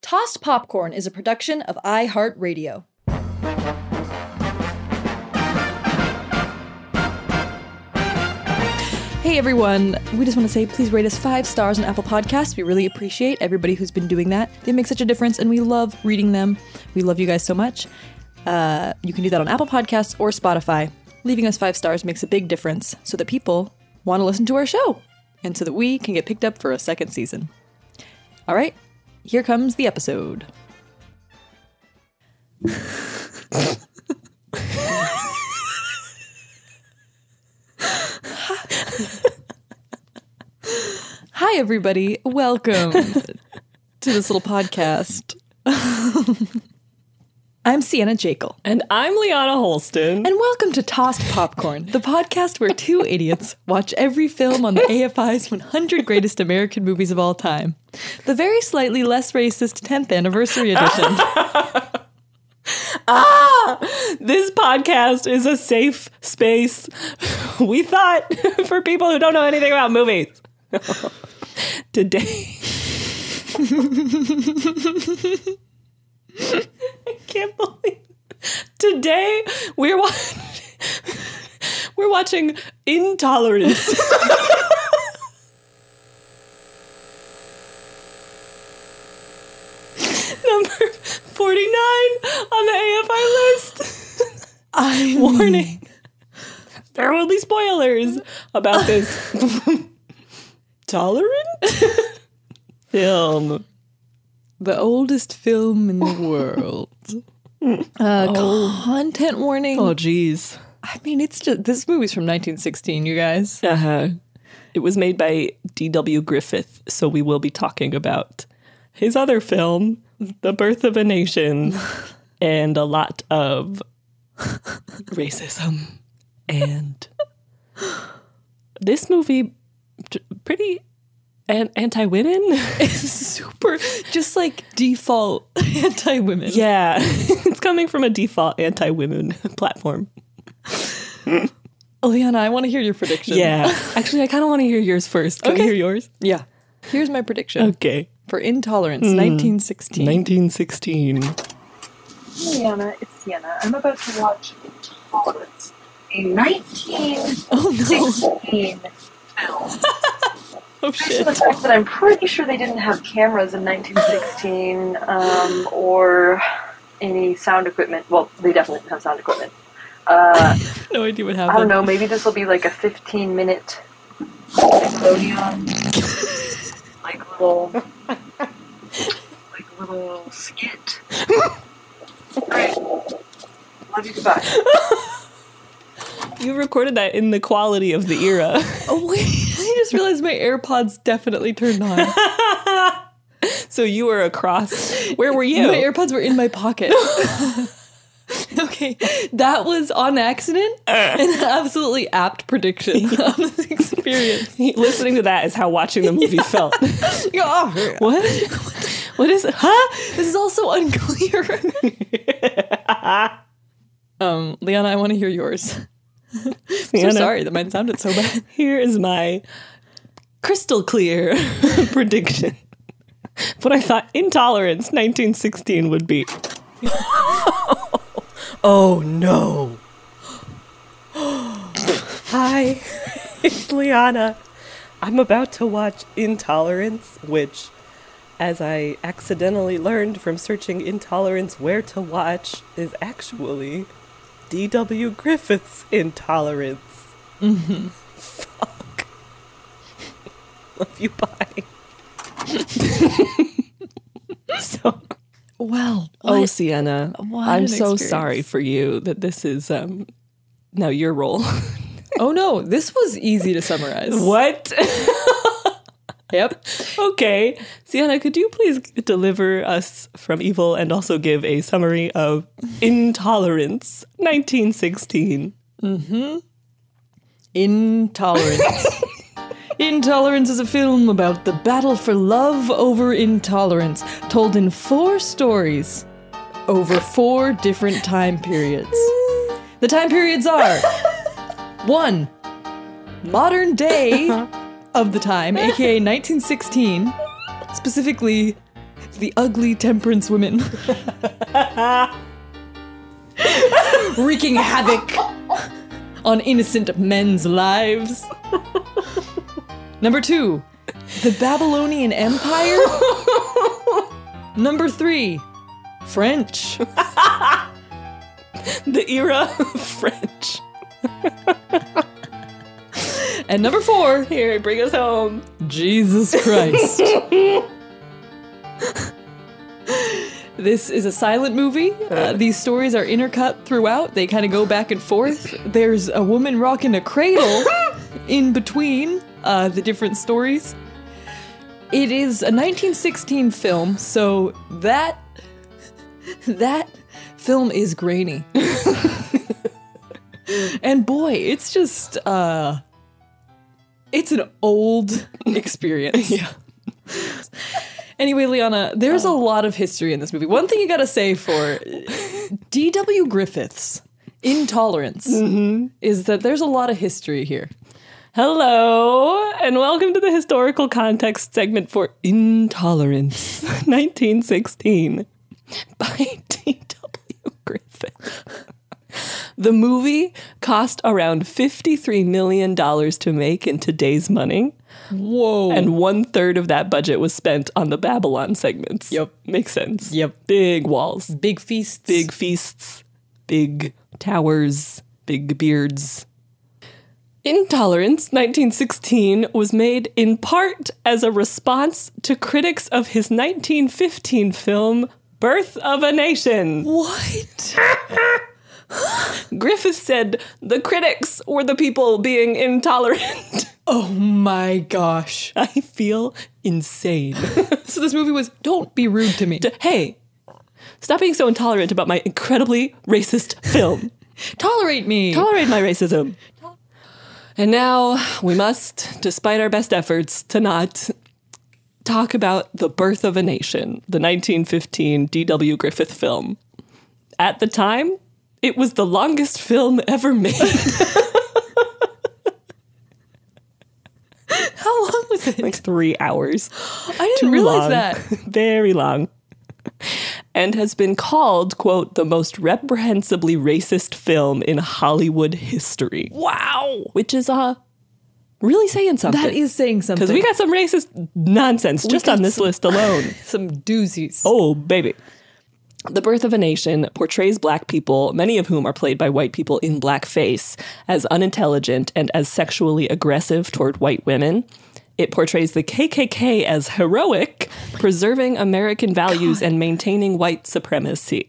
Tossed Popcorn is a production of iHeartRadio. Hey everyone, we just want to say please rate us five stars on Apple Podcasts. We really appreciate everybody who's been doing that. They make such a difference and we love reading them. We love you guys so much. Uh, you can do that on Apple Podcasts or Spotify. Leaving us five stars makes a big difference so that people want to listen to our show and so that we can get picked up for a second season. All right, here comes the episode. Hi, everybody. Welcome to this little podcast. I'm Sienna Jekyll, And I'm Liana Holston. and welcome to Tossed Popcorn, the podcast where two idiots watch every film on the AFI's 100 Greatest American Movies of All Time, the very slightly less racist 10th Anniversary Edition. this podcast is a safe space, we thought, for people who don't know anything about movies. Today. I can't believe. Today, we're watching. We're watching Intolerance. Number 49 on the AFI list. I Warning. There will be spoilers about this tolerant film. the oldest film in the world. Uh, Content warning. Oh, jeez. I mean, it's just this movie's from 1916, you guys. Uh huh. It was made by D.W. Griffith, so we will be talking about his other film, The Birth of a Nation, and a lot of racism. And this movie, t- pretty an- anti women. It's super, just like default anti women. Yeah, it's coming from a default anti women platform. Eliana, I want to hear your prediction. Actually, I kind of want to hear yours first. Can we hear yours? Yeah. Here's my prediction Okay. for Intolerance 1916. 1916. Sienna, it's Sienna. I'm about to watch Intolerance, a 1916 film. Oh, Based on shit. the fact that I'm pretty sure they didn't have cameras in 1916 um, or any sound equipment. Well, they definitely didn't have sound equipment. Uh, No idea what I don't happened. know, maybe this will be like a 15 minute Nickelodeon, like little, like little skit. Great. Love you. Goodbye. You recorded that in the quality of the era. Oh wait, I just realized my AirPods definitely turned on. so you were across. Where were you? My AirPods were in my pocket. okay, that was on accident. Uh. An absolutely apt prediction of this experience. Listening to that is how watching the movie felt. You go, "Oh, What? What is it? Huh? This is also unclear. um, Liana, I want to hear yours. I'm so Liana. sorry that mine sounded so bad. Here is my crystal clear prediction. What I thought intolerance 1916 would be. oh no. Hi, it's Liana. I'm about to watch Intolerance, which, as I accidentally learned from searching Intolerance where to watch, is actually D.W. Griffith's Intolerance. Fuck. Love you, bye. so, Well, oh, Sienna, what I'm an so experience. sorry for you that this is um now your role. oh no, this was easy to summarize. what? Yep. okay, Sienna, could you please deliver us from evil and also give a summary of Intolerance 1916? Intolerance. Intolerance is a film about the battle for love over intolerance, told in four stories over four different time periods. The time periods are one, modern day of the time, aka 1916, specifically the ugly temperance women wreaking havoc on innocent men's lives. Number two, the Babylonian Empire. Number three, French. The era of French. And number four, Here, bring us home. Jesus Christ. this is a silent movie. Uh, these stories are intercut throughout, they kind of go back and forth. There's a woman rocking a cradle in between uh, the different stories. It is a 1916 film, so that that film is grainy. and boy, it's just uh it's an old experience. yeah. Anyway, Liana, there's a lot of history in this movie. One thing you gotta say for D.W. Griffith's intolerance is that there's a lot of history here. Hello, and welcome to the historical context segment for Intolerance 1916 by T.W. Griffith. The movie cost around $53 million to make in today's money, Whoa. and one third of that budget was spent on the Babylon segments. Yep. Makes sense. Yep. Big walls, big feasts. big feasts, big towers, big beards. Intolerance 1916 was made in part as a response to critics of his 1915 film Birth of a Nation. What? Griffith said the critics were the people being intolerant. Oh my gosh. I feel insane. So this movie was don't be rude to me. hey, stop being so intolerant about my incredibly racist film. Tolerate me. tolerate my racism. And now we must, despite our best efforts to not, talk about The Birth of a Nation, the 1915 D.W. Griffith film. At the time, it was the longest film ever made. How long was it? like three hours. I didn't realize that. Very long. And has been called, quote, the most reprehensibly racist film in Hollywood history. Wow. Which is uh really saying something. That is saying something. because we got some racist nonsense just got on this list alone. Oh, some doozies. oh, baby. The Birth of a Nation portrays black people, many of whom are played by white people in blackface, as unintelligent and as sexually aggressive toward white women. It portrays the KKK as heroic, preserving American values and maintaining white supremacy.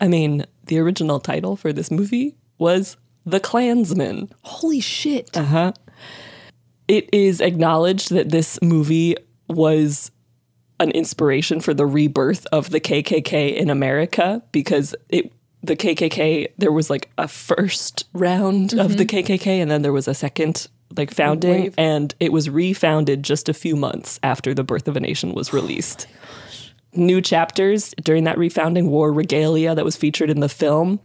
I mean, the original title for this movie was The Klansman. Holy shit. Uh huh. It is acknowledged that this movie was an inspiration for the rebirth of the KKK in America because it the KKK there was like a first round of the KKK and then there was a second like founding Wave. and it was refounded just a few months after The Birth of a Nation was released. New chapters during that refounding war regalia that was featured in the film.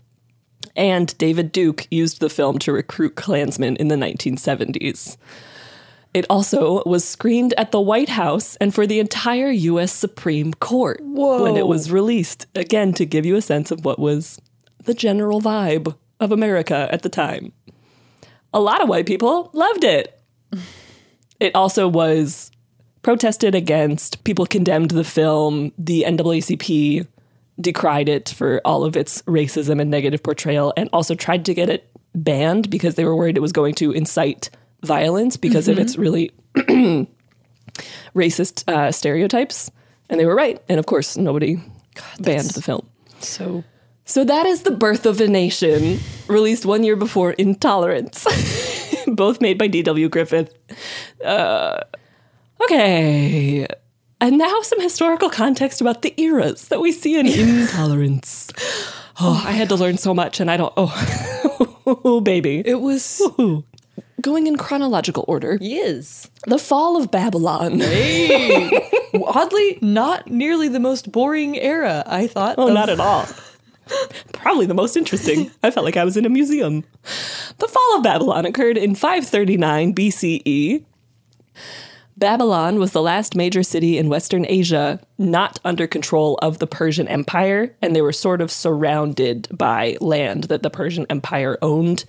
And David Duke used the film to recruit Klansmen in the 1970s. It also was screened at the White House and for the entire U.S. Supreme Court when it was released. Again, to give you a sense of what was the general vibe of America at the time. A lot of white people loved it. It also was protested against, people condemned the film, the NAACP decried it for all of its racism and negative portrayal, and also tried to get it banned because they were worried it was going to incite violence because of Mhm. its really racist uh, stereotypes. And they were right. And of course, nobody banned the film. So So that is The Birth of a Nation, released one year before Intolerance, both made by D.W. Griffith. Uh, okay. And now some historical context about the eras that we see in Intolerance. Oh, I had to learn so much, and I don't. Oh, baby. It was going in chronological order. Yes. The fall of Babylon. Hey. Oddly, not nearly the most boring era, I thought. Oh, of- not at all. Probably the most interesting. I felt like I was in a museum. The fall of Babylon occurred in 539 BCE. E. Babylon was the last major city in Western Asia not under control of the Persian Empire, and they were sort of surrounded by land that the Persian Empire owned.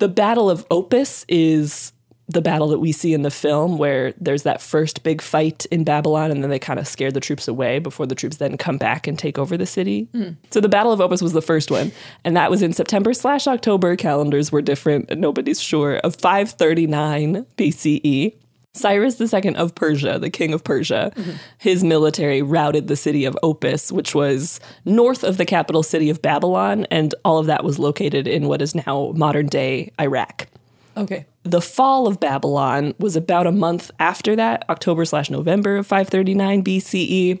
The Battle of Opus is the battle that we see in the film where there's that first big fight in Babylon and then they kind of scare the troops away before the troops then come back and take over the city. Mm. So the Battle of Opus was the first one, and that was in September slash October. Calendars were different, and nobody's sure. Of 539 BCE, Cyrus II of Persia, the king of Persia, his military routed the city of Opus, which was north of the capital city of Babylon, and all of that was located in what is now modern day Iraq. Okay. The fall of Babylon was about a month after that, October slash November of 539 BCE.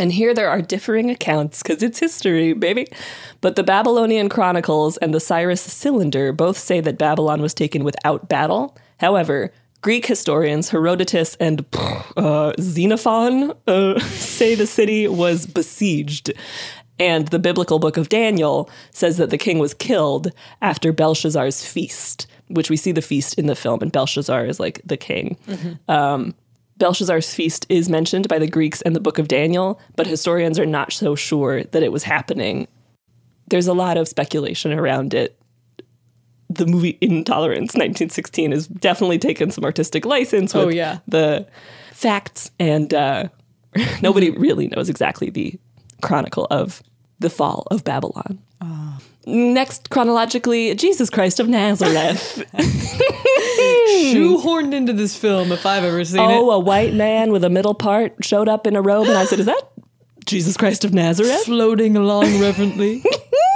And here there are differing accounts because it's history, baby. But the Babylonian Chronicles and the Cyrus Cylinder both say that Babylon was taken without battle. However, Greek historians Herodotus and uh, Xenophon uh, say the city was besieged. And the biblical book of Daniel says that the king was killed after Belshazzar's feast, which we see the feast in the film, and Belshazzar is like the king. Um, Belshazzar's feast is mentioned by the Greeks and the Book of Daniel, but historians are not so sure that it was happening. There's a lot of speculation around it. The movie Intolerance 1916 has definitely taken some artistic license with Oh, yeah. the facts, and uh, nobody really knows exactly the chronicle of the fall of Babylon. Ah. Next, chronologically, Jesus Christ of Nazareth. Shoehorned into this film if I've ever seen oh, it. a white man with a middle part showed up in a robe, and I said, "Is that Jesus Christ of Nazareth floating along reverently,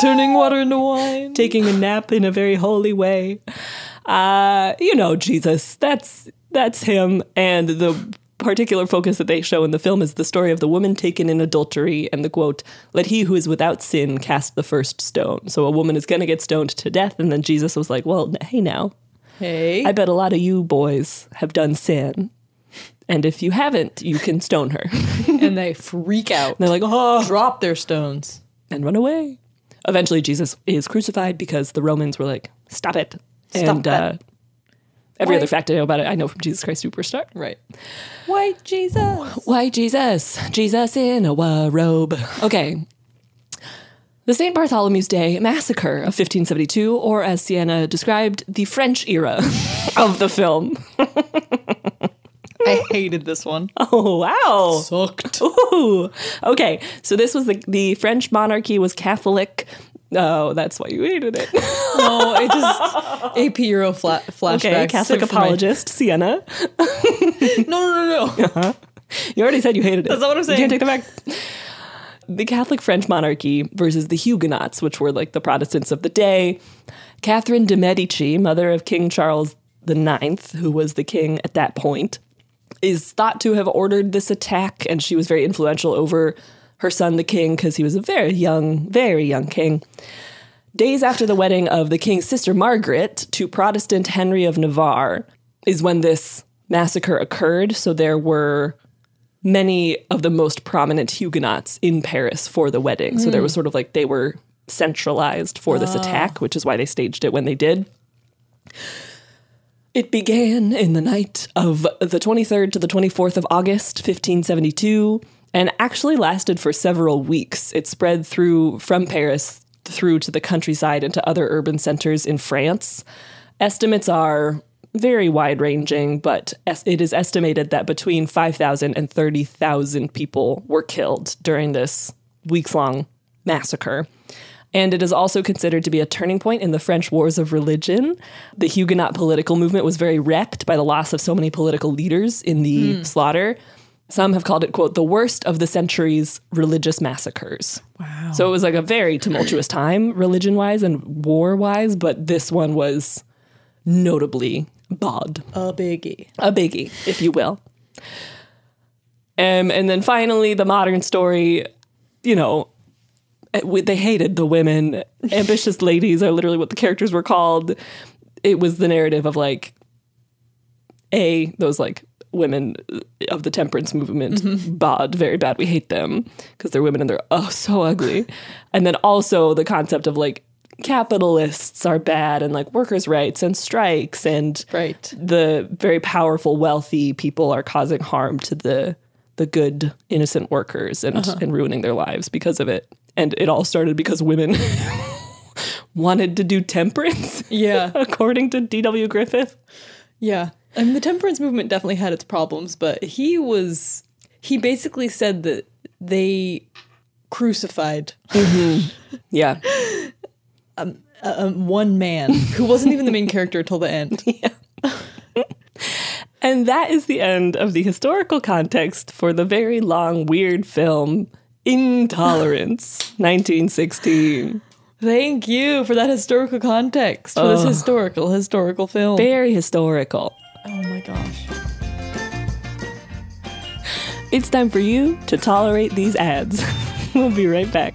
turning water into wine, taking a nap in a very holy way?" Uh, you know, Jesus. That's that's him, and the particular focus that they show in the film is the story of the woman taken in adultery and the quote let he who is without sin cast the first stone so a woman is going to get stoned to death and then jesus was like well hey now Hey. I bet a lot of you boys have done sin. And if you haven't, you can stone her. and they freak out. They're like, oh, drop their stones and run away. Eventually, Jesus is crucified because the Romans were like, stop it. Stop and that. Uh, every Why- other fact I know about it, I know from Jesus Christ Superstar. Right. White Jesus. Why Jesus? Jesus in a wa- robe. Okay. The St. Bartholomew's Day Massacre of 1572, or as Sienna described, the French era of the film. I I hated this one. Oh wow! Sucked. Ooh. Okay, so this was the the French monarchy was Catholic. Oh, that's why you hated it. Oh, No, it just AP Euro fla- flashbacks. okay, Catholic So for my- apologist, Sienna. no, no, no, no. Uh-huh. You already said you hated it. That's not what I'm saying. You can't take that back. The Catholic French monarchy versus the Huguenots, which were like the Protestants of the day. Catherine de' Medici, mother of King Charles IX, who was the king at that point, is thought to have ordered this attack, and she was very influential over her son, the king, because he was a very young, very young king. Days after the wedding of the king's sister Margaret to Protestant Henry of Navarre is when this massacre occurred. So there were many of the most prominent Huguenots in Paris for the wedding. So there Mm. was sort of like they were centralized for this Ah. attack, which is why they staged it when they did. It began in the night of the 23rd to the 24th of August, 1572, and actually lasted for several weeks. It spread through from Paris through to the countryside and to other urban centers in France. Estimates are very wide ranging, but es- it is estimated that between 5,000 and 30,000 people were killed during this weeks long massacre. And it is also considered to be a turning point in the French wars of religion. The Huguenot political movement was very wrecked by the loss of so many political leaders in the Hmm. Mm. slaughter. Some have called it, quote, the worst of the century's religious massacres. Wow. So it was like a very tumultuous time, religion wise and war wise, but this one was notably bad. A biggie. A biggie, if you will. Um, and then finally, the modern story, you know, it- eh, we- they hated the women. Ambitious ladies are literally what the characters were called. It was the narrative of like, A, those like women of the temperance movement, Mm-hmm. Mhm. bad, very bad. We hate them because they're women and they're, oh, so ugly. and then also the concept of like, capitalists are bad and like workers' rights and strikes and right. the very powerful wealthy people are causing harm to the the good innocent workers and Uh-huh. and ruining their lives because of it and it all started because women wanted to do temperance yeah according to dw griffith Yeah. I mean, the temperance movement definitely had its problems, but he was, he basically said that they crucified yeah um, uh, um, one man who wasn't even the main character till the end. And that is the end of the historical context for the very long, weird film Intolerance, 1916. Thank you for that historical context, for this Ugh. historical, historical film. Very historical. Oh my gosh. It's time for you to tolerate these ads. we'll be right back.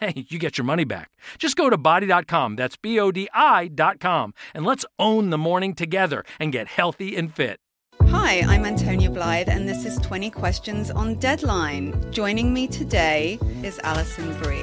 hey, you get your money back. Just go to body.com, that's B O D I.com, and let's own the morning together and get healthy and fit. Hi, I'm Antonia Blythe, and this is 20 Questions on Deadline. Joining me today is Alison Bree.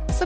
So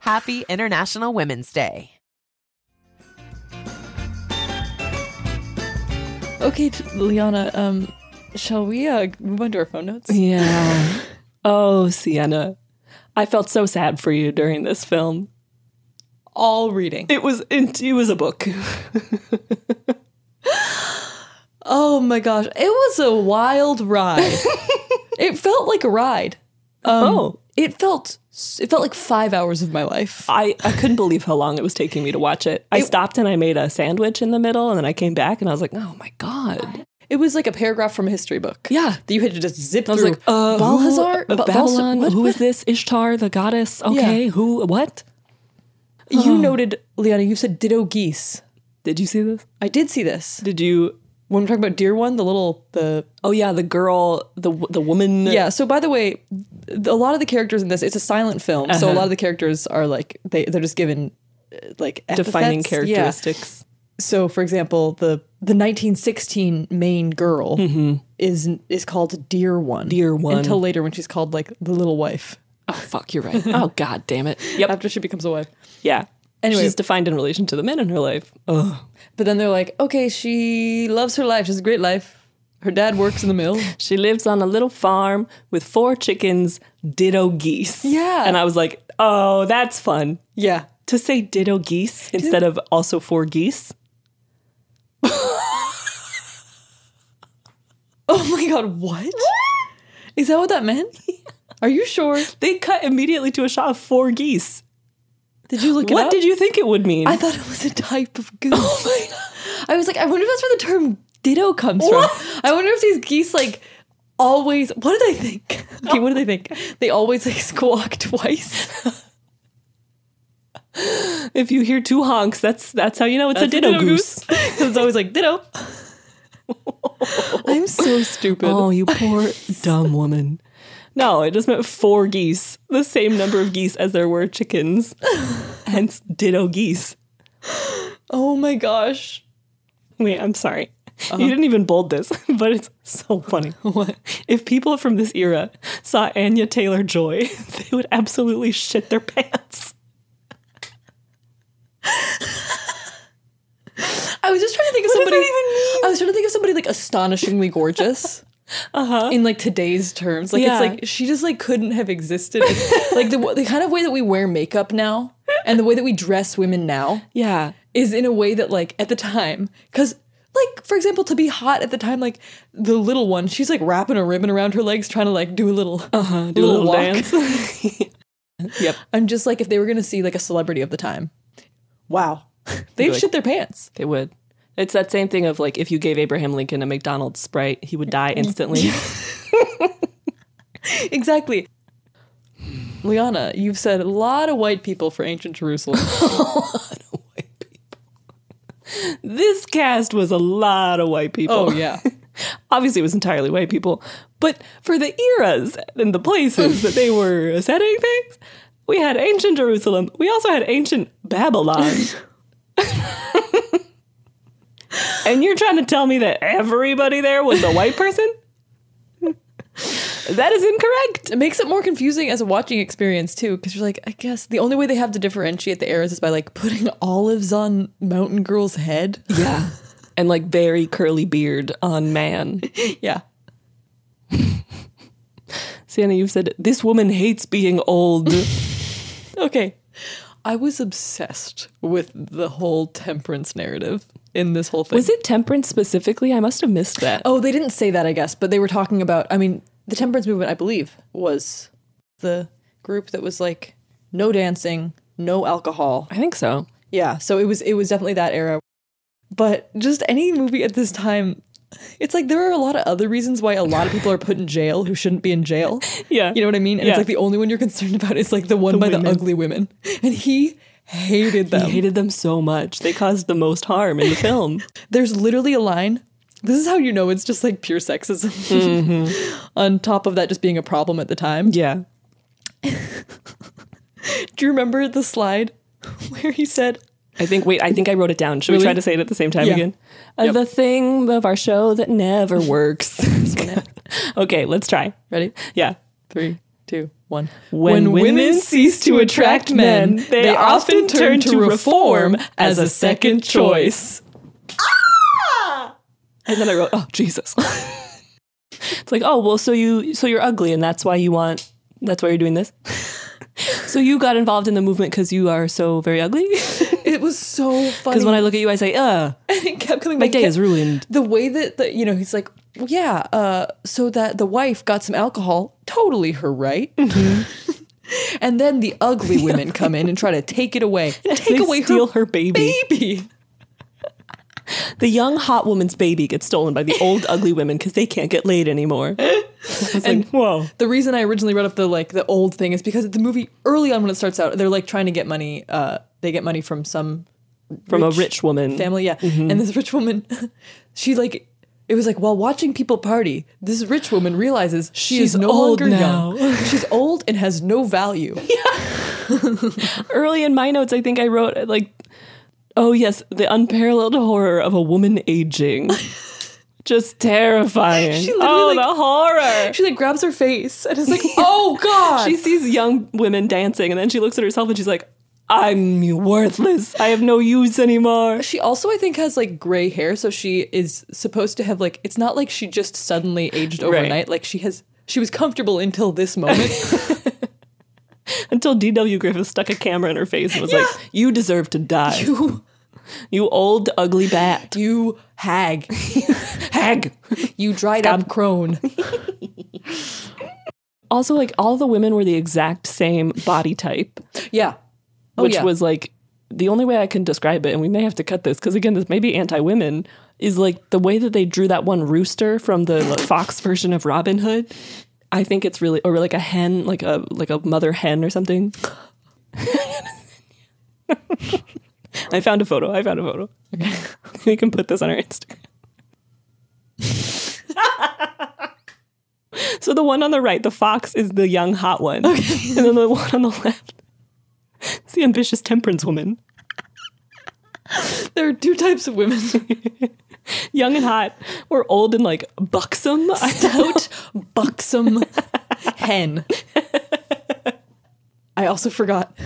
Happy International Women's Day. Okay, t- Liana, um, shall we uh, move on to our phone notes? Yeah. oh, Sienna. I felt so sad for you during this film. All reading. It was it, it was a book. Oh my gosh. It was a wild ride. it felt like a ride. Um, Oh. It felt it felt like 5 hours of my life. I, I couldn't believe how long it was taking me to watch it. I stopped and I made a sandwich in the middle and then I came back and I was like, oh my God. It was like a paragraph from a history book. Yeah. That you had to just zip I was through. like, uh, Balhazar? who- uh, Ba- Balsa- Babylon? what- Who what? is this? Ishtar, the goddess? Okay, Yeah. who? What? You noted, Liana, you said ditto geese. Did you see this? I did see this. Did you? When I'm talking about deer one, the little, the Oh yeah, the girl, the the woman. Yeah. So by the way, th- a lot of the characters in this, it's a silent film, so a Uh-huh. lot of the characters are like they they're just given uh, like Defining epithets. Yeah. characteristics. So for example, the the 1916 main girl is is called Dear One. Dear Mm-hmm. One. Until later when she's called like the little wife. Oh fuck, you're right. oh god, damn it. Yep. After she becomes a wife. Yeah. Anyway. she's defined in relation to the men in her life. Oh, Ugh. But then they're like, okay, she loves her life. She has a great life. Her dad works in the mill. She lives on a little farm with four chickens, ditto geese. Yeah. And I was like, oh, that's fun. Yeah. To say ditto geese instead of also four geese. Oh my god, what? Is that what that meant? Are you sure? They cut immediately to a shot of four geese. Did you look it what up? did you Oh think it would mean? I thought it was a type of goose. I was like, I wonder if that's where the term ditto comes from. I wonder if these geese like always what do they think? Okay, what do they think? They always like squawk twice. if you hear two honks, that's that's how you know it's a ditto, goose. 'Cause it's always like ditto. I'm so stupid. Oh, you poor dumb woman. No, it just meant four geese, the same number of geese as there were chickens, hence ditto geese. Oh my gosh. Wait, I'm sorry. You didn't even bold this, but it's so funny. Uh-huh. What? If people from this era saw Anya Taylor Joy, they would absolutely shit their pants. I was just trying to think of somebody. I was trying to think of somebody like astonishingly gorgeous. Uh-huh. In like today's terms, like Yeah. it's like she just like couldn't have existed. Like, like the the kind of way that we wear makeup now and the way that we dress women now Yeah. is in a way that like at the time cuz like for example to be hot at the time like the little one she's like wrapping a ribbon around her legs trying to like do a little Uh-huh. Do a little dance. yep. I'm just like if they were going to see like a celebrity of the time. Wow. They'd like- shit their pants. They would. It's that same thing of like if you gave Abraham Lincoln a McDonald's Sprite, he would die instantly. exactly. Liana, you've said a lot of white people for ancient Jerusalem. this cast was a lot of white people. Oh, yeah. Obviously, it was entirely white people, but for the eras and the places that they were setting things, We had ancient Jerusalem. We also had ancient Babylon. and you're trying to tell me that everybody there was a white person? that is incorrect. It makes it more confusing as a watching experience too, because you're like, I guess the only way they have to differentiate the eras is by like putting olives on mountain girl's head. Yeah. and like very curly beard on man. yeah. Sienna, you've said this woman hates being old. okay. I was obsessed with the whole temperance narrative in this whole thing. Was it temperance specifically? I must have missed that. Oh, they didn't say that, I guess, but they were talking about, I mean, the temperance movement, I believe, was the group that was like no dancing, no alcohol. I think so. Yeah, so it was it was definitely that era. But just any movie at this time, it's like there are a lot of other reasons why a lot of people are put in jail who shouldn't be in jail. Yeah. You know what I mean? And yeah. it's like the only one you're concerned about is like the one The by women. the ugly women. And he hated them. He hated them so much. They caused the most harm in the film. There's literally a line. This is how you know it's just like pure sexism. On top of that, just being a problem at the time. Mm-hmm. Yeah. Do you remember the slide where he said, I think, wait, I think I wrote it down. Should we Really? try to say it at the same time Yeah. again? Uh, Yep. The thing of our show that never works. okay, let's try. Ready? Yeah. Three, two, one. When, women, cease to attract men, they, often turn to reform as a second choice. And then I wrote, "Oh Jesus!" it's like, oh well, so you so you're ugly, and that's why you want that's why you're doing this. so you got involved in the movement because you are so very ugly. It was so funny. Because when I look at you, I say, "Uh, and it kept coming my back. day Kept- is ruined." The way that the you know he's like, "Well, yeah, uh, so that the wife got some alcohol, totally her right. Mm-hmm. and then the ugly women come in and try to take it away, take They away steal her, her baby. baby. The young hot woman's baby gets stolen by the old ugly women because they can't get laid anymore. And whoa. The reason I originally read up the like the old thing is because the movie early on when it starts out, they're like trying to get money. Uh, they get money from some From a rich woman. family, yeah. Mhm. And this rich woman, she like it was like while watching people party, this rich woman realizes she She's is no old longer now. young. She's old and has no value. Early in my notes, I think I wrote like, "Oh yes, the unparalleled horror of a woman aging." Just terrifying. She literally, oh, like- the horror. She like grabs her face and is like, "Oh god." She sees young women dancing and then she looks at herself and she's like, I'm worthless. I have no use anymore. She also, I think, has like gray hair, so she is supposed to have like it's not like she just suddenly aged Right. overnight. Like she has she was comfortable until this moment. Until D.W. Griffith stuck a camera in her face and was like, You deserve to die. You, old, ugly bat. You hag. hag. You dried up crone. Also, like, all the women were the exact same body type, yeah. Oh, which yeah. was like the only way I can describe it, and we may have to cut this because, again, this may be anti women, is like the way that they drew that one rooster from the like, Fox version of Robin Hood. I think it's really, or like a hen, like a like a mother hen or something. I found a photo. I found a photo. Okay. we can put this on our Instagram. so the one on the right, the fox is the young hot one. And then the one on the left is the ambitious temperance woman. there are two types of women. Young and hot, or old and like buxom. I Stout, buxom hen. I also forgot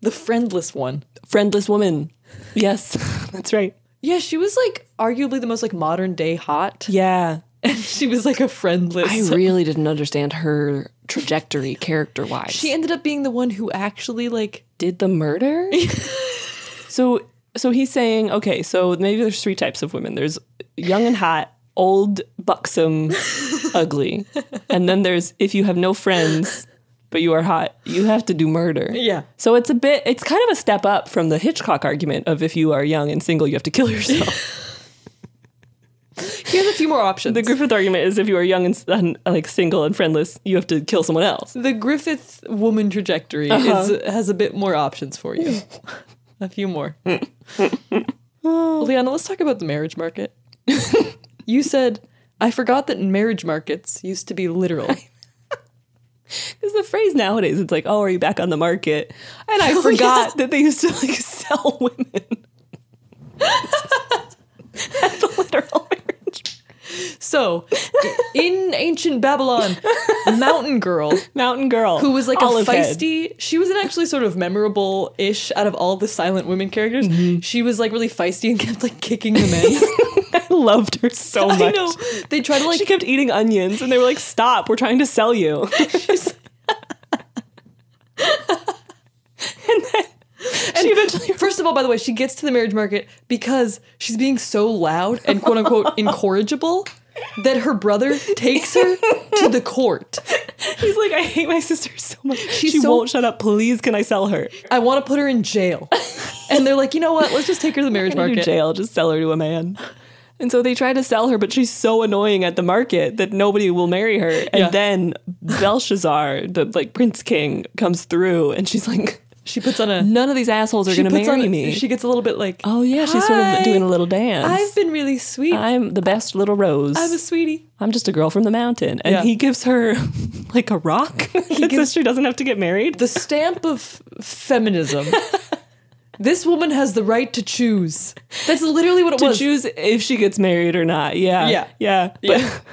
the friendless one. Friendless woman. Yes, that's right. Yeah, she was like arguably the most like modern day hot. Yeah. And she was like a friendless. I really didn't understand her trajectory character wise. she ended up being the one who actually like did the murder? so so he's saying, okay, so maybe there's three types of women. There's young and hot, old, buxom, ugly. And then there's if you have no friends but you are hot, you have to do murder. Yeah. So it's a bit it's kind of a step up from the Hitchcock argument of if you are young and single, you have to kill yourself. Here's a few more options. the Griffith argument is if you are young and, s- and like single and friendless, you have to kill someone else. The Griffith woman trajectory Uh-huh. is, has a bit more options for you. a few more. Uh, Liana, let's talk about the marriage market. you said, I forgot that marriage markets used to be literal. Because the phrase nowadays, it's like, "Oh, are you back on the market?" And Oh, I forgot that they used to like sell women. So, in ancient Babylon, Mountain Girl, Mountain Girl, who was like Olive a Head. feisty. She was an actually sort of memorable-ish out of all the silent women characters. Mm-hmm. She was like really feisty and kept like kicking the men. I loved her so much. I know they tried to like. she kept eating onions, and they were like, "Stop! We're trying to sell you." And she eventually, first of all, by the way, she gets to the marriage market because she's being so loud and quote unquote incorrigible that her brother takes her to the court. He's like, I hate my sister so much. She's She so, won't shut up. Please, can I sell her? I want to put her in jail. and they're like, you know what? Let's just take her to the marriage Put her in market. jail. Just sell her to a man. And so they try to sell her, but she's so annoying at the market that nobody will marry her. And Yeah. then Belshazzar, the like prince king, comes through, and she's like, she puts on a none of these assholes are She going to puts marry on- me. She gets a little bit like, oh yeah, she's sort of doing a little dance. I've been really sweet. I'm the best little rose. I'm a sweetie. I'm just a girl from the mountain. And Yeah. he gives her like a rock that says she doesn't have to get married. The stamp of feminism. this woman has the right to choose. That's literally what it to was. choose if she gets married or not. Yeah. Yeah. Yeah. Yeah.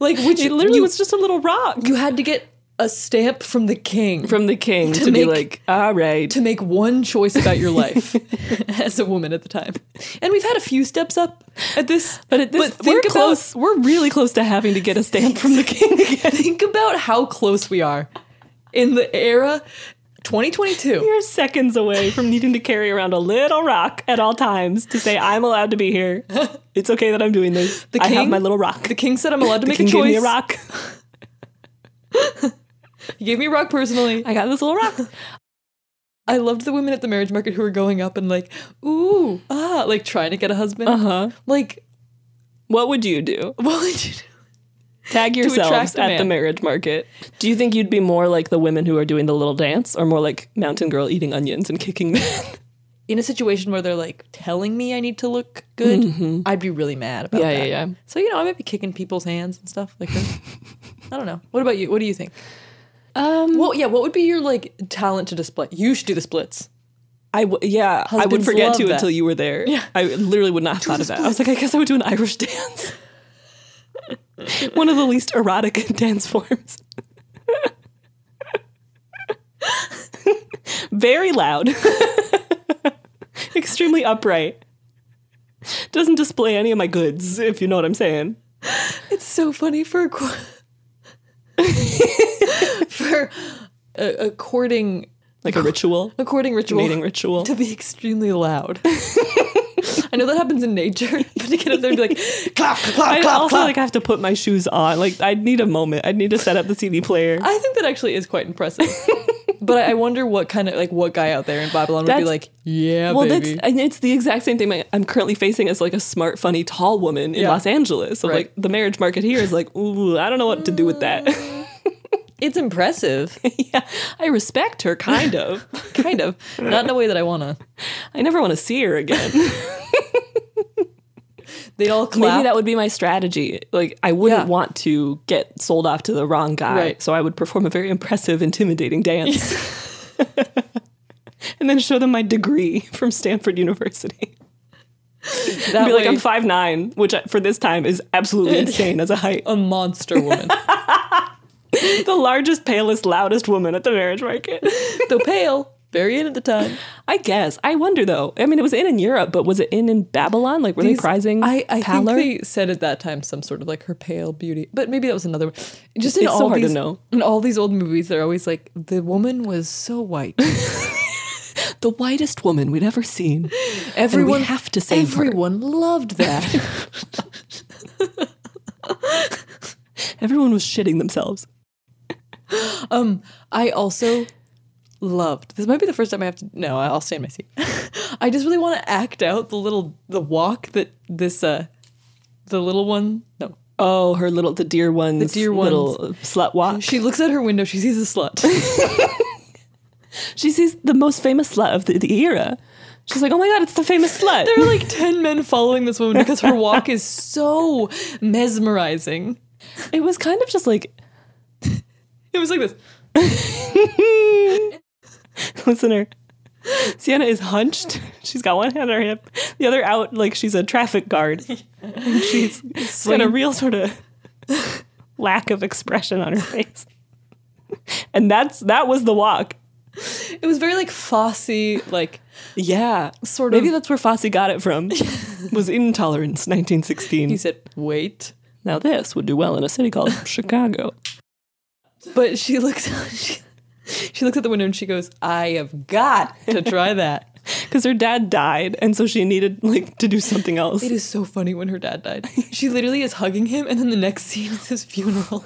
Like, which It literally was just a little rock. You had to get a stamp from the king. From the king to be like, all right. To make one choice about your life as a woman at the time. And we've had a few steps up at this. But at this, think we're about- close. We're really close to having to get a stamp from the king again. Think about how close we are in the era 2022. You're seconds away from needing to carry around a little rock at all times to say, I'm allowed to be here. It's okay that I'm doing this. The I have king- my little rock. The king said I'm allowed to The make king a gave choice. me a rock. he gave me a rock personally. I got this little rock. I loved the women at the marriage market who were going up and like, ooh, ah, like trying to get a husband. Uh huh. Like, What would you do? what would you do? Tag attract yourselves a at the man. marriage market. Do you think you'd be more like the women who are doing the little dance or more like mountain girl eating onions and kicking men? in a situation where they're like telling me I need to look good, Mhm. I'd be really mad about Yeah, that. yeah, yeah. So you know, I might be kicking people's hands and stuff like that. I don't know. What about you? What do you think? Um, well, yeah. What would be your like talent to display? You should do the splits. I w- yeah, I would Husbands forget love to that. until you were there. Yeah. I literally would not have thought of that. I was like, I guess I would do an Irish dance. One of the least erotic dance forms. Very loud. Extremely upright. Doesn't display any of my goods, if you know what I'm saying. It's so funny for a qu- for a, a courting Like a ritual. a courting ritual Mating ritual. to be extremely loud. I know that happens in nature, but to get up there and be like clap clap I'd clap also clap. like have to put my shoes on. Like I'd need a moment. I'd need to set up the CD player. I think that actually is quite impressive. but I I wonder what kind of like what guy out there in Babylon would be That's- like, yeah, well, baby. that's and it's the exact same thing my- I'm currently facing as like a smart, funny, tall woman in Yeah. Los Angeles. So Right. like the marriage market here is like, ooh, I don't know what to do with that. it's impressive, I respect her, kind of. kind of, not in a way that I wanna. I never want to see her again. They'd all Maybe clap. that would be my strategy. Like I wouldn't want to get sold off to the wrong guy, Right. so I would perform a very impressive, intimidating dance. And then show them my degree from Stanford University. That be like, way- I'm five nine, which I- for this time is absolutely insane as a height. a monster woman. the largest, palest, loudest woman at the marriage market. Though pale, very in at the time. I guess. I wonder though. I mean, it was in in Europe, but was it in in Babylon? Like, were These- they prizing I, I think pallor? they said at that time some sort of like her pale beauty, but maybe that was another one. Just in It's all so hard to these, know. in all these old movies, they're always like the woman was so white. the whitest woman we'd ever seen. Everyone and we have to save her. everyone loved that. Everyone was shitting themselves. Um, I also loved. This might be the first time I have to. No, I'll stay in my seat. I just really want to act out the little the walk that this uh the little one. No, Oh, her little the dear one's The dear little one's- slut walk. she looks out her window. She sees a slut. She sees the most famous slut of the, the era. She's like, oh my god, it's the famous slut. there are like ten men following this woman because her walk is so mesmerizing. it was kind of just like It was like this. Listener, Sienna is hunched. She's got one hand on her hip, the other out like she's a traffic guard. And she's got a real sort of lack of expression on her face. And that's that was the walk. It was very like Fosse, like yeah, sort Maybe of- that's where Fosse got it from. was intolerance, 1916. He said, "Wait." Now this would do well in a city called Chicago. But she looks she, she looks at the window and she goes, "I have got to try that." Because her dad died, and so she needed like to do something else. It is so funny when her dad died. She literally is hugging him, and then the next scene is his funeral.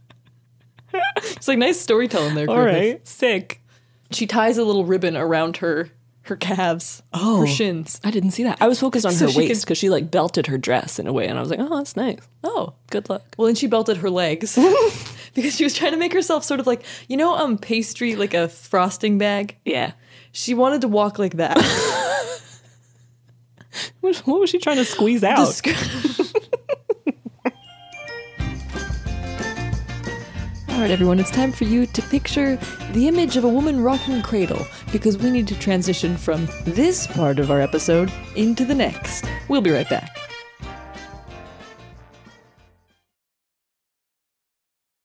it's like nice storytelling there. All Griffith. right, sick. She ties a little ribbon around her her calves, Oh. her shins. I didn't see that. I was focused on So her she waist can- because she like belted her dress in a way, and I was like, oh, that's nice. Oh, Good luck. well, then she belted her legs because she was trying to make herself sort of like you know um pastry like a frosting bag. Yeah. She wanted to walk like that. What what was she trying to squeeze out? All right, everyone, it's time for you to picture the image of a woman rocking a cradle because we need to transition from this part of our episode into the next. We'll be right back.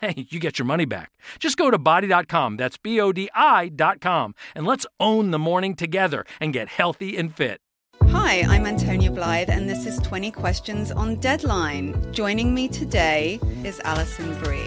hey, you get your money back. Just go to body.com, that's B O D I.com, and let's own the morning together and get healthy and fit. Hi, I'm Antonia Blythe, and this is 20 Questions on Deadline. Joining me today is Alison Bree.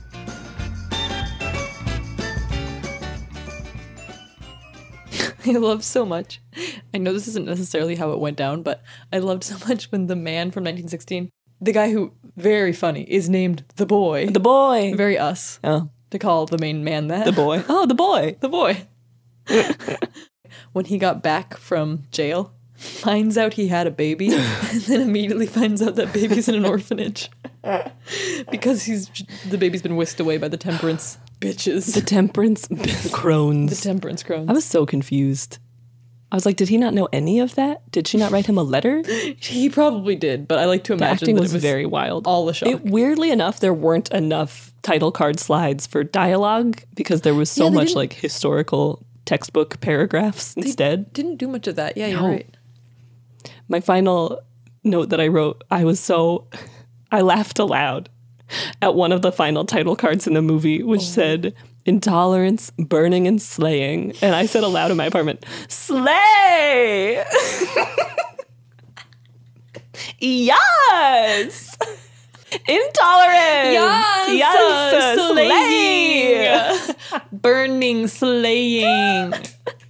I love so much. I know this isn't necessarily how it went down, but I loved so much when the man from 1916, the guy who very funny is named the boy. The boy. Very us. Oh. To call the main man that. The boy. Oh, the boy. The boy. when he got back from jail, finds out he had a baby and then immediately finds out that baby's in an orphanage. because he's the baby's been whisked away by the temperance bitches. The temperance The crones. temperance crones. I was so confused. I was like, did he not know any of that? Did she not write him a letter? he probably did, but I like to The imagine acting that was, it was very wild. All a shock. It, weirdly enough, there weren't enough title card slides for dialogue because there was so Yeah, they much didn't- like historical textbook paragraphs instead. Didn't do much of that. Yeah, you're No. right. my final note that I wrote, I was so I laughed aloud at one of the final title cards in the movie, Oh. which said "Intolerance, burning, and slaying," and I said aloud in my apartment, "Slay!" yes. Intolerance. Yes, Yes. uh, Slaying. Burning, slaying.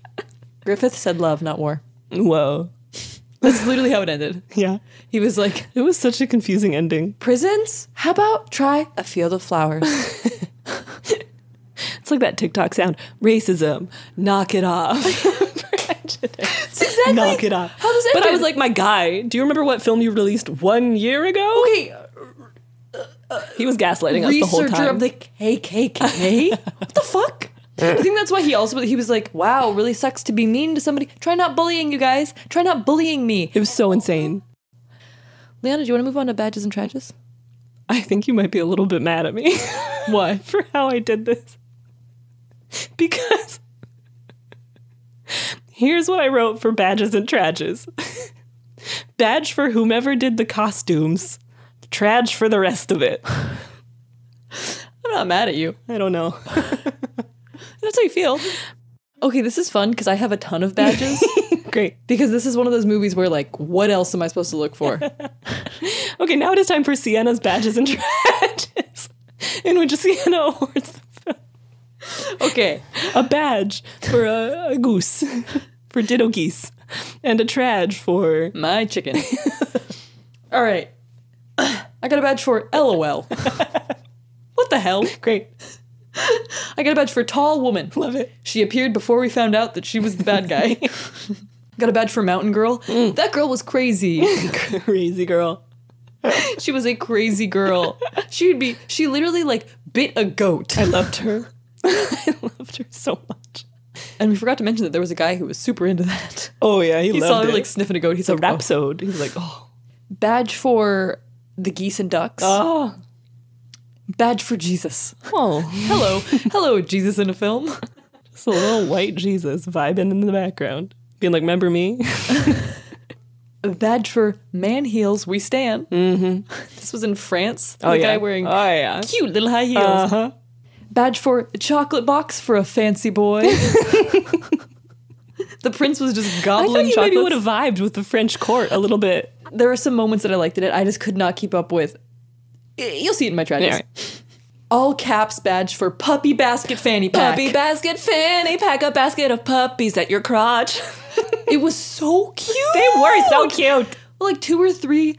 Griffith said love, not war. Whoa. That's literally how it ended. Yeah. He was like, It was such a confusing ending. prisons? How about try a field of flowers? It's like that TikTok sound. Racism. Knock it off. exactly Knock it off. how this But I ended. was like, my guy, do you remember what film you released one year ago? Okay. He was gaslighting us the whole Researcher time. of the KKK? what the fuck? I think that's why he also he was like, "Wow, really sucks to be mean to somebody. Try not bullying you guys. Try not bullying me." It was so insane. Leanna, do you want to move on to badges and trages? I think you might be a little bit mad at me. Why? For how I did this. Because here's what I wrote for badges and trages badge for whomever did the costumes, trage for the rest of it. I'm not mad at you. I don't know. That's how you feel. Okay, this is fun because I have a ton of badges. Great. Because this is one of those movies where, like, what else am I supposed to look for? Okay, now it is time for Sienna's badges and trages, in which Sienna awards the okay, a badge for a, a goose, for ditto geese, and a trage for my chicken. All right. I got a badge for LOL. what the hell? Great. I got a badge for tall woman. Love it. She appeared before we found out that she was the bad guy. got a badge for mountain girl. That girl was crazy. Mm. crazy girl. she was a crazy girl. She would be. She literally like bit a goat. I loved her. I loved her so much. And we forgot to mention that there was a guy who was super into that. Oh yeah, he, He loved saw her it. like sniffing a goat. He's the like, oh. rhapsode. He's like, oh, badge for the geese and ducks. oh, badge for Jesus. oh. Hello, hello, Jesus in a film. It's a little white Jesus vibing in the background, being like, "Remember me?" A badge for man heels. We stand. Mm-hmm. This was in France. Oh the yeah. guy wearing Oh yeah. cute little high heels. Uh huh. Badge for the chocolate box for a fancy boy. the prince was just I thought gobbling you chocolates. maybe would have vibed with the French court a little bit. there are some moments that I liked in it. I just could not keep up with. I- You'll see it in my tragics. Yeah, All caps badge for puppy basket fanny pack. Puppy basket fanny pack, a basket of puppies at your crotch. it was so cute. they were so cute. Like two or three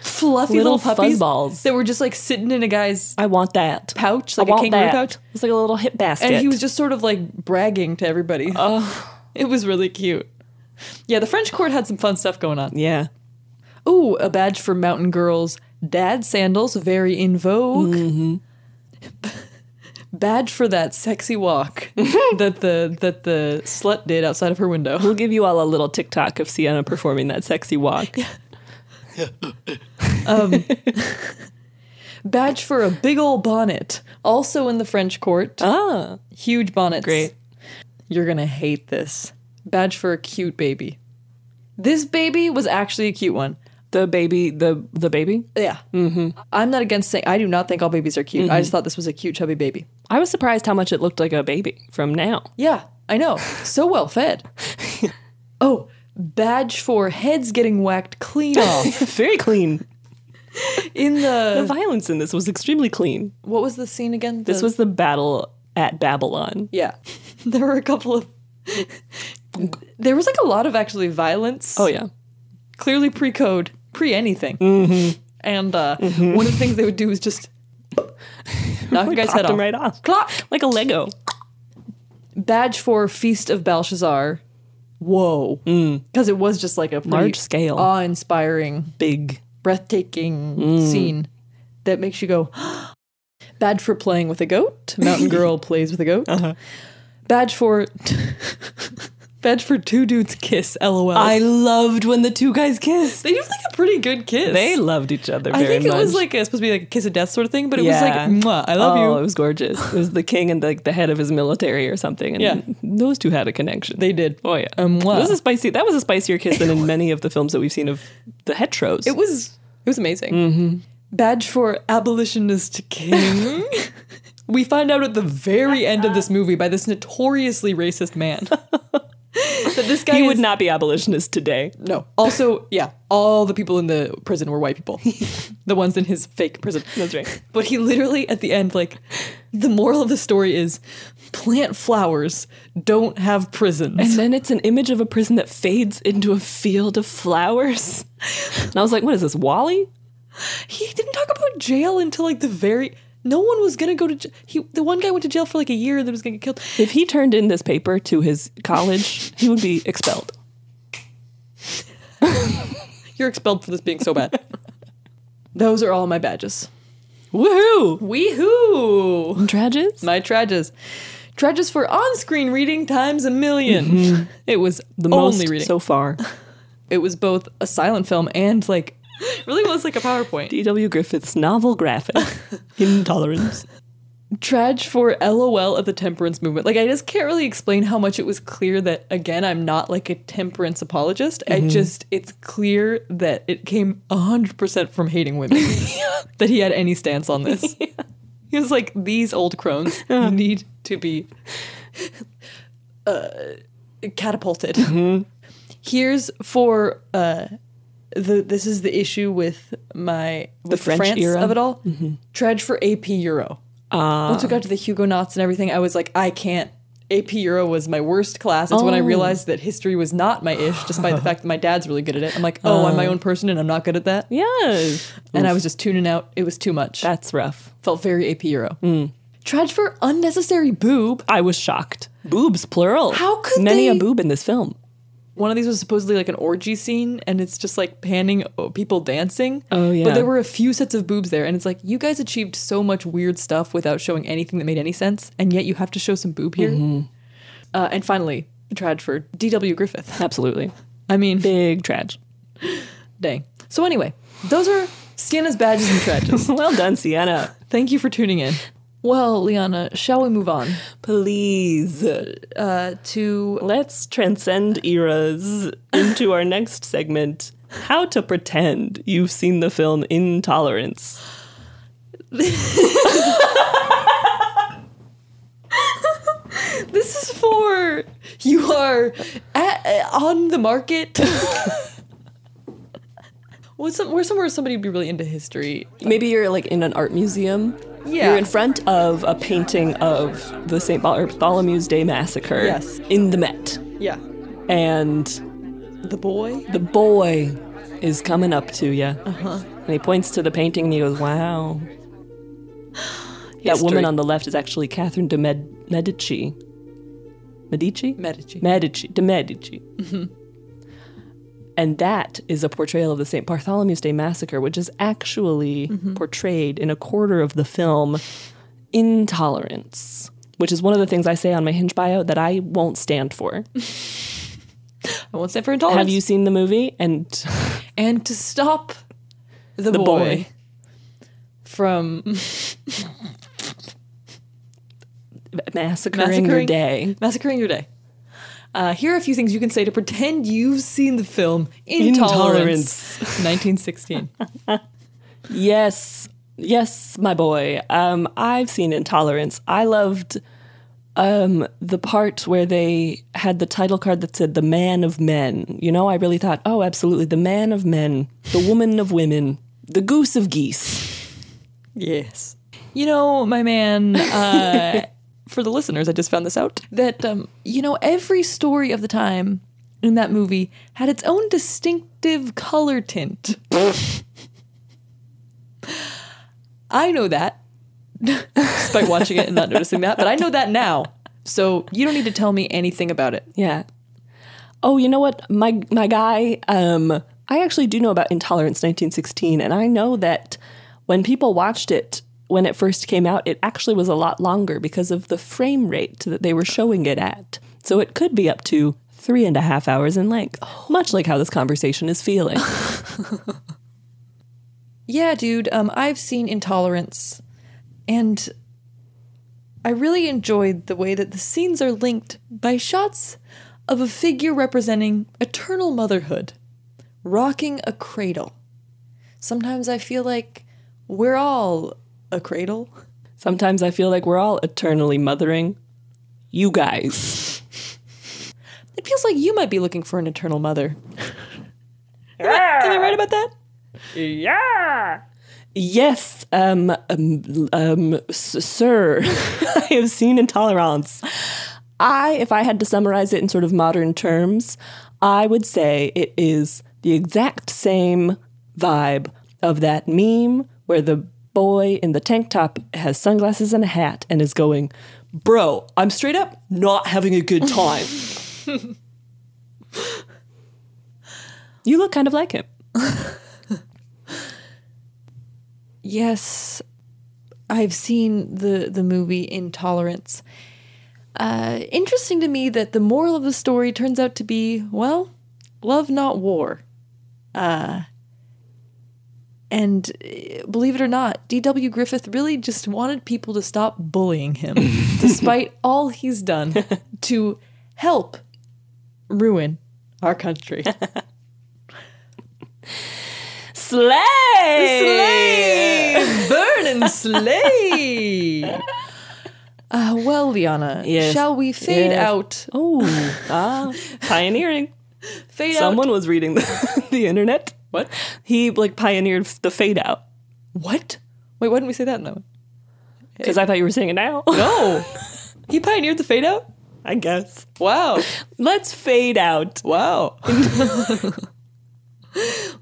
fluffy Little little, puppies fuzzballs. that were just like sitting in a guy's I want that. pouch, I like a want kangaroo that. pouch, It's like a little hip basket. and he was just sort of like bragging to everybody. oh It was really cute. Yeah, the French court had some fun stuff going on. yeah. Ooh, a badge for mountain girls. Dad sandals, very in vogue. Mm-hmm. badge for that sexy walk that the that the slut did outside of her window. We'll give you all a little TikTok of Sienna performing that sexy walk. Um, Badge for a big ol' bonnet, also in the French court. Ah, Huge bonnets. Great. You're gonna hate this. Badge for a cute baby. This baby was actually a cute one. the baby, the the baby. Yeah. Mm-hmm. I'm not against saying I do not think all babies are cute. I Mm-hmm. just thought this was a cute chubby baby. I was surprised how much it looked like a baby from now. Yeah, I know. So well fed. oh, badge for heads getting whacked clean off Very clean. in The the violence in this was extremely clean. what was the scene again? This The- was the battle at Babylon. yeah. There were a couple of there was like a lot of actually violence. Oh yeah. clearly pre-code, pre anything. Mm-hmm. And uh, one of the things they would do was just knock a guy's Popped head off. him right off. Clock Like a Lego. badge for Feast of Belshazzar. Whoa, Mm. because it was just like a pretty Large scale. awe-inspiring Big. Mm. breathtaking scene. that makes you go, Bad for playing with a goat. Mountain girl plays with a goat. Uh-huh. Badge for badge for two dudes kiss. LOL. I loved when the two guys kissed. They do like a pretty good kiss. They loved each other. I very think it was much. like a, supposed to be like a kiss of death sort of thing, but it Yeah. was like Mwah, I love oh, you. It was gorgeous. It was the king and like the head of his military or something. And Yeah. those two had a connection. They did. Oh yeah. Um, it wow. was a spicy. That was a spicier kiss than in many of the films that we've seen of the heteros. It was it was amazing. Mhm. Badge for abolitionist king. we find out at the very end of this movie by this notoriously racist man that this guy He is- would not be abolitionist today. No. Also, yeah, all the people in the prison were white people. the ones in his fake prison. That's right. But he literally at the end, like, the moral of the story is plant flowers, don't have prisons. And then it's an image of a prison that fades into a field of flowers. And I was like, what is this, Wally? he didn't talk about jail until like the very no one was gonna go to jail. He the one guy went to jail for like a year and then was gonna get killed. If he turned in this paper to his college, he would be expelled. You're expelled for this being so bad. Those are all my badges. Woohoo! Weehoo! Trages? My trages. Trages for on-screen reading times a 1000000 It was The only most reading. so far. it was both a silent film and like really was like a PowerPoint. D.W. Griffith's novel graphic, Intolerance. Trage for LOL at the temperance movement. Like, I just can't really explain how much it was clear that, again, I'm not like a temperance apologist. I Mhm. just, it's clear that it came 100% from hating women that he had any stance on this. He was like, these old crones need to be uh, catapulted. Mm-hmm. Here's for uh, the, this is the issue with my, The with French France era? of it all. Mhm. Trage for AP Euro. Ah. Once we got to the Huguenots and everything, I was like, I can't. AP Euro was my worst class. It's when I Oh. realized that history was not my ish, despite the fact that my dad's really good at it. I'm like, oh, I'm my Ah. own person and I'm not good at that. Yes. And I Oof. was just tuning out. It was too much. That's rough. Mm. Felt very AP Euro. Trage for unnecessary boob. I was shocked. Boobs, plural. How could Many a they- boob in this film. One of these was supposedly like an orgy scene, and it's just like panning o- people dancing. Oh, yeah. But there were a few sets of boobs there, and it's like, you guys achieved so much weird stuff without showing anything that made any sense, and yet you have to show some boob here. Mm-hmm. Uh, and finally, trad for D.W. Griffith. Absolutely. I mean, big trad. Dang. So anyway, those are Sienna's badges and trages. well done, Sienna. Thank you for tuning in. Well, Liana, shall we move on? Please. Uh, to let's transcend eras into our next segment. How to pretend you've seen the film Intolerance. This is for you are at, uh, on the market. What's some, where somewhere somebody would be really into history? Maybe you're like in an art museum. Yeah. You're in front of a painting of the St. Bartholomew's Day Massacre Yes. in the Met. Yeah. And the boy? The boy is coming up to you. Uh-huh. And he points to the painting and he goes, Wow. That History. woman on the left is actually Catherine de Med- Medici. Medici? Medici. Medici. De Medici. Mhm. And that is a portrayal of the St. Bartholomew's Day Massacre, which is actually Mhm. portrayed in a quarter of the film Intolerance, which is one of the things I say on my hinge bio that I won't stand for. I won't stand for intolerance. Have you seen the movie? And and to stop the, The boy, boy. from massacring, your day. Massacring your day. Uh, here are a few things you can say to pretend you've seen the film Intolerance. Intolerance, 1916. Yes, yes, my boy. Um, I've seen Intolerance. I loved um, the part where they had the title card that said "The Man of Men." You know, I really thought, oh, absolutely, the Man of Men, the Woman of Women, the Goose of Geese. Yes. You know, my man, uh, for the listeners, I just found this out that, um, you know, every story of the time in that movie had its own distinctive color tint. I know that, despite watching it and not noticing that, but I know that now. So you don't need to tell me anything about it. Yeah. Oh, you know what, my my guy. Um, I actually do know about Intolerance 1916, and I know that When people watched it when it first came out, it actually was a lot longer because of the frame rate that they were showing it at. So it could be up to three and a half hours in length, much like how this conversation is feeling. Yeah, dude, um, I've seen Intolerance, and I really enjoyed the way that the scenes are linked by shots of a figure representing eternal motherhood, rocking a cradle. Sometimes I feel like we're all a cradle. Sometimes I feel like we're all eternally mothering you guys. It feels like you might be looking for an eternal mother. am, I, am I right about that? Yeah. Yes, um, um, um, s- sir, I have seen intolerance. I, if I had to summarize it in sort of modern terms, I would say it is the exact same vibe of that meme where the boy in the tank top has sunglasses and a hat and is going, Bro, I'm straight up not having a good time. you look kind of like him. Yes, I've seen the the movie Intolerance. Uh, interesting to me that the moral of the story turns out to be well, love not war. Uh, and uh, believe it or not, D.W. Griffith really just wanted people to stop bullying him, despite all he's done to help ruin our country. Slay! Slay! Burn and slay! Uh, well, Liana, Yes. shall we fade Yes. out? Oh, ah, pioneering. Fade out. Someone was reading the, the internet. What? He like pioneered the fade out What? Wait, why didn't we say that in that one? because I thought you were saying it now. No. he pioneered the fade out? I guess. Oh. Wow. Let's fade out. Wow.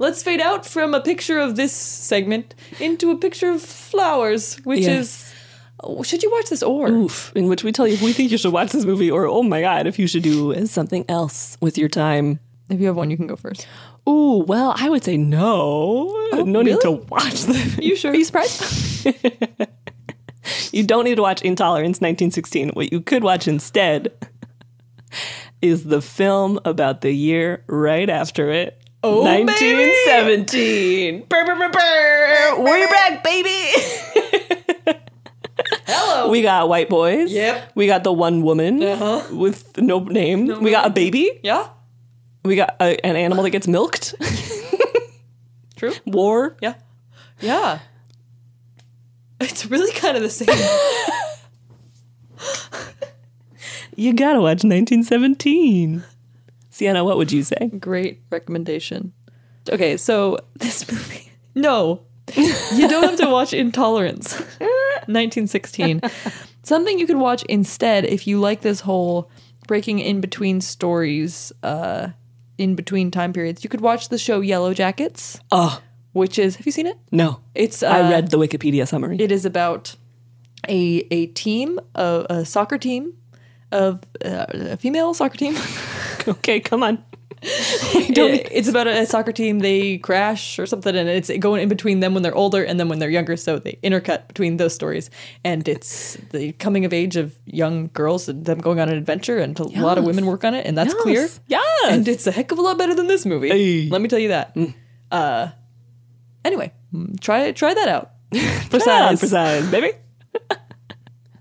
Let's fade out from a picture of this segment into a picture of flowers, which Yes. is. Oh, Should you watch this or? Oof. In which we tell you if we think you should watch this movie or oh my god, if you should do something else with your time. If you have one, you can go first. Ooh, well, I would say no. Uh, no need to watch the You sure? Are you surprised? You don't need to watch Intolerance 1916. What you could watch instead is the film about the year right after it. Oh, 1917. Brr, brr, brr, brr. We're back, baby. Hello. We got white boys. Yep. We got the one woman with Uh-huh. no name. we got a baby. Yeah. We got a, an animal that gets milked. True. War. Yeah. Yeah. It's really kind of the same. You gotta watch 1917. Sienna, what would you say? Great recommendation. Okay, so this movie. No, you don't have to watch Intolerance 1916. Something you can watch instead if you like this whole breaking in between stories, uh, in between time periods. You could watch the show Yellow Jackets, Oh, which is. Have you seen it? no. It's. Uh, I read the Wikipedia summary. It is about a a team, a, a soccer team of uh, a female soccer team. okay, come on. It- it's about a soccer team. They crash or something, and it's going in between them when they're older and then when they're younger. So they intercut between those stories, and it's the coming of age of young girls and them going on an adventure. And a lot of Yes. women work on it, and that's clear. Yes. Mm. And it's a heck of a lot better than this movie. Let me tell you that. Uh, anyway, mm, try try that out. For size. For size, baby.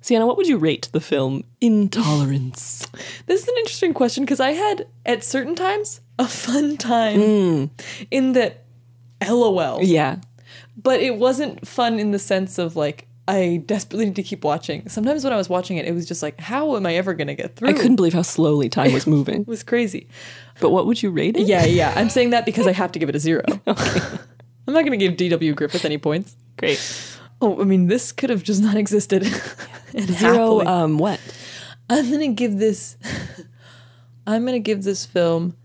Sienna, what would you rate the film Intolerance? This is an interesting question because I had at certain times a fun time in that LOL. Yeah. But it wasn't fun in the sense of like I desperately need to keep watching. Sometimes when I was watching it, it was just like, how am I ever gonna get through? I couldn't believe how slowly time was moving. It was crazy. But what would you rate it? Yeah, yeah. I'm saying that because I have to give it a zero. I'm not gonna give D.W. Griffith any points. Great. Oh, I mean, this could have just not existed. And Zero, happily. um, what? I'm gonna give this. I'm gonna give this film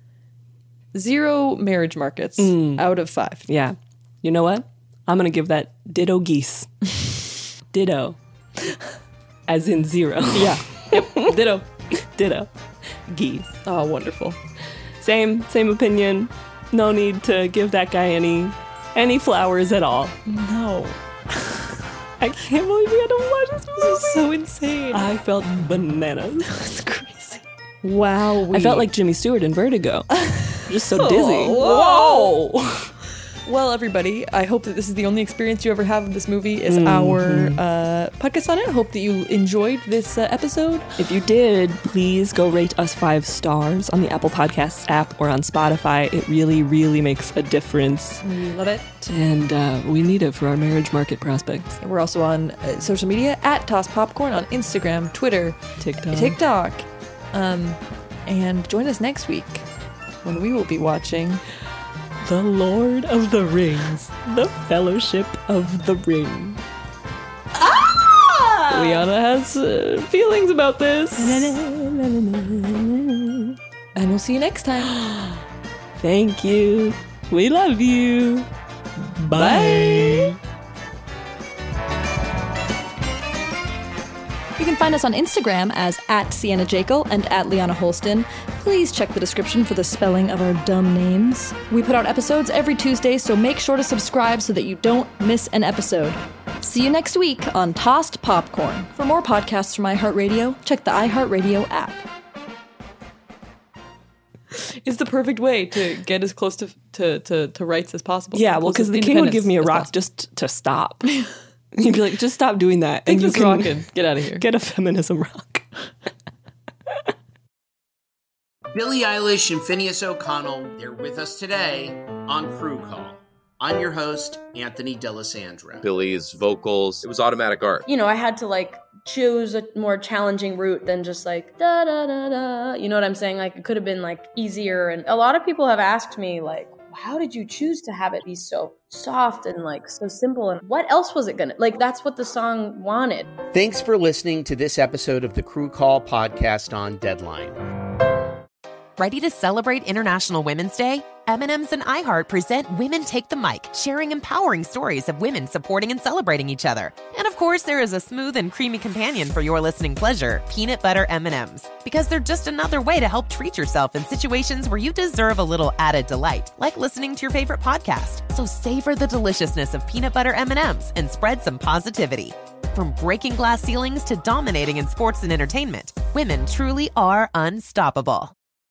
zero marriage markets out of five. Mm. Yeah. You know what? I'm going to give that ditto geese. ditto. As in zero. Yeah. Yep. Ditto. ditto. Geese. Oh, wonderful. Same, same opinion. No need to give that guy any any flowers at all. No. I can't believe we had to watch this movie. This is so insane. I felt bananas. That was crazy. Wow. I felt like Jimmy Stewart in Vertigo. Just so dizzy. Whoa. Well, everybody, I hope that this is the only experience you ever have of this movie is our Mhm. uh, podcast on it. I hope that you enjoyed this uh, episode. If you did, please go rate us five stars on the Apple Podcasts app or on Spotify. It really, really makes a difference. We love it. And uh, we need it for our marriage market prospects. We're also on uh, social media at Toss Popcorn on Instagram, Twitter, TikTok. TikTok. Um, and join us next week when we will be watching The Lord of the Rings, The Fellowship of the Ring. Ah! Liana has uh, feelings about this. And we'll see you next time. Thank you. We love you. Bye. You can find us on Instagram as at Sienna Jekyll and at Liana Holston. Please check the description for the spelling of our dumb names. We put out episodes every Tuesday, so make sure to subscribe so that you don't miss an episode. See you next week on Tossed Popcorn. For more podcasts from iHeartRadio, check the iHeartRadio app. It's the perfect way to get as close to to, to, to rights as possible. Yeah, well, Close because to the king would independence give me a as rock possible. just to stop. He'd be like, just stop doing that. Take and you this can rock and get out of here. Get a feminism rock. Billie Eilish and Phineas O'Connell, they're with us today on Crew Call. I'm your host, Anthony D'Alessandro. Billy's vocals. It was automatic art. you know, I had to like choose a more challenging route than just like da da da da. You know what I'm saying? Like it could have been like easier. And a lot of people have asked me like, how did you choose to have it be so soft and like so simple? And what else was it gonna like? That's what the song wanted. Thanks for listening to this episode of the Crew Call podcast on Deadline. Ready to celebrate International Women's Day? M&M's and iHeart present Women Take the Mic, sharing empowering stories of women supporting and celebrating each other. And of course, there is a smooth and creamy companion for your listening pleasure, peanut butter M&Ms, because they're just another way to help treat yourself in situations where you deserve a little added delight, like listening to your favorite podcast. So savor the deliciousness of peanut butter M&Ms and spread some positivity. From breaking glass ceilings to dominating in sports and entertainment, women truly are unstoppable.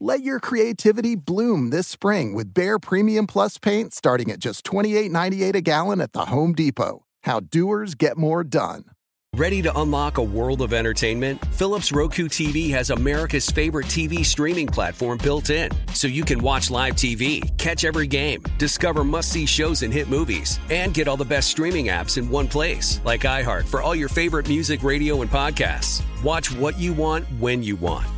Let your creativity bloom this spring with Bare Premium Plus paint starting at just $28.98 a gallon at the Home Depot. How doers get more done. Ready to unlock a world of entertainment? Philips Roku TV has America's favorite TV streaming platform built in, so you can watch live TV, catch every game, discover must see shows and hit movies, and get all the best streaming apps in one place, like iHeart for all your favorite music, radio, and podcasts. Watch what you want when you want.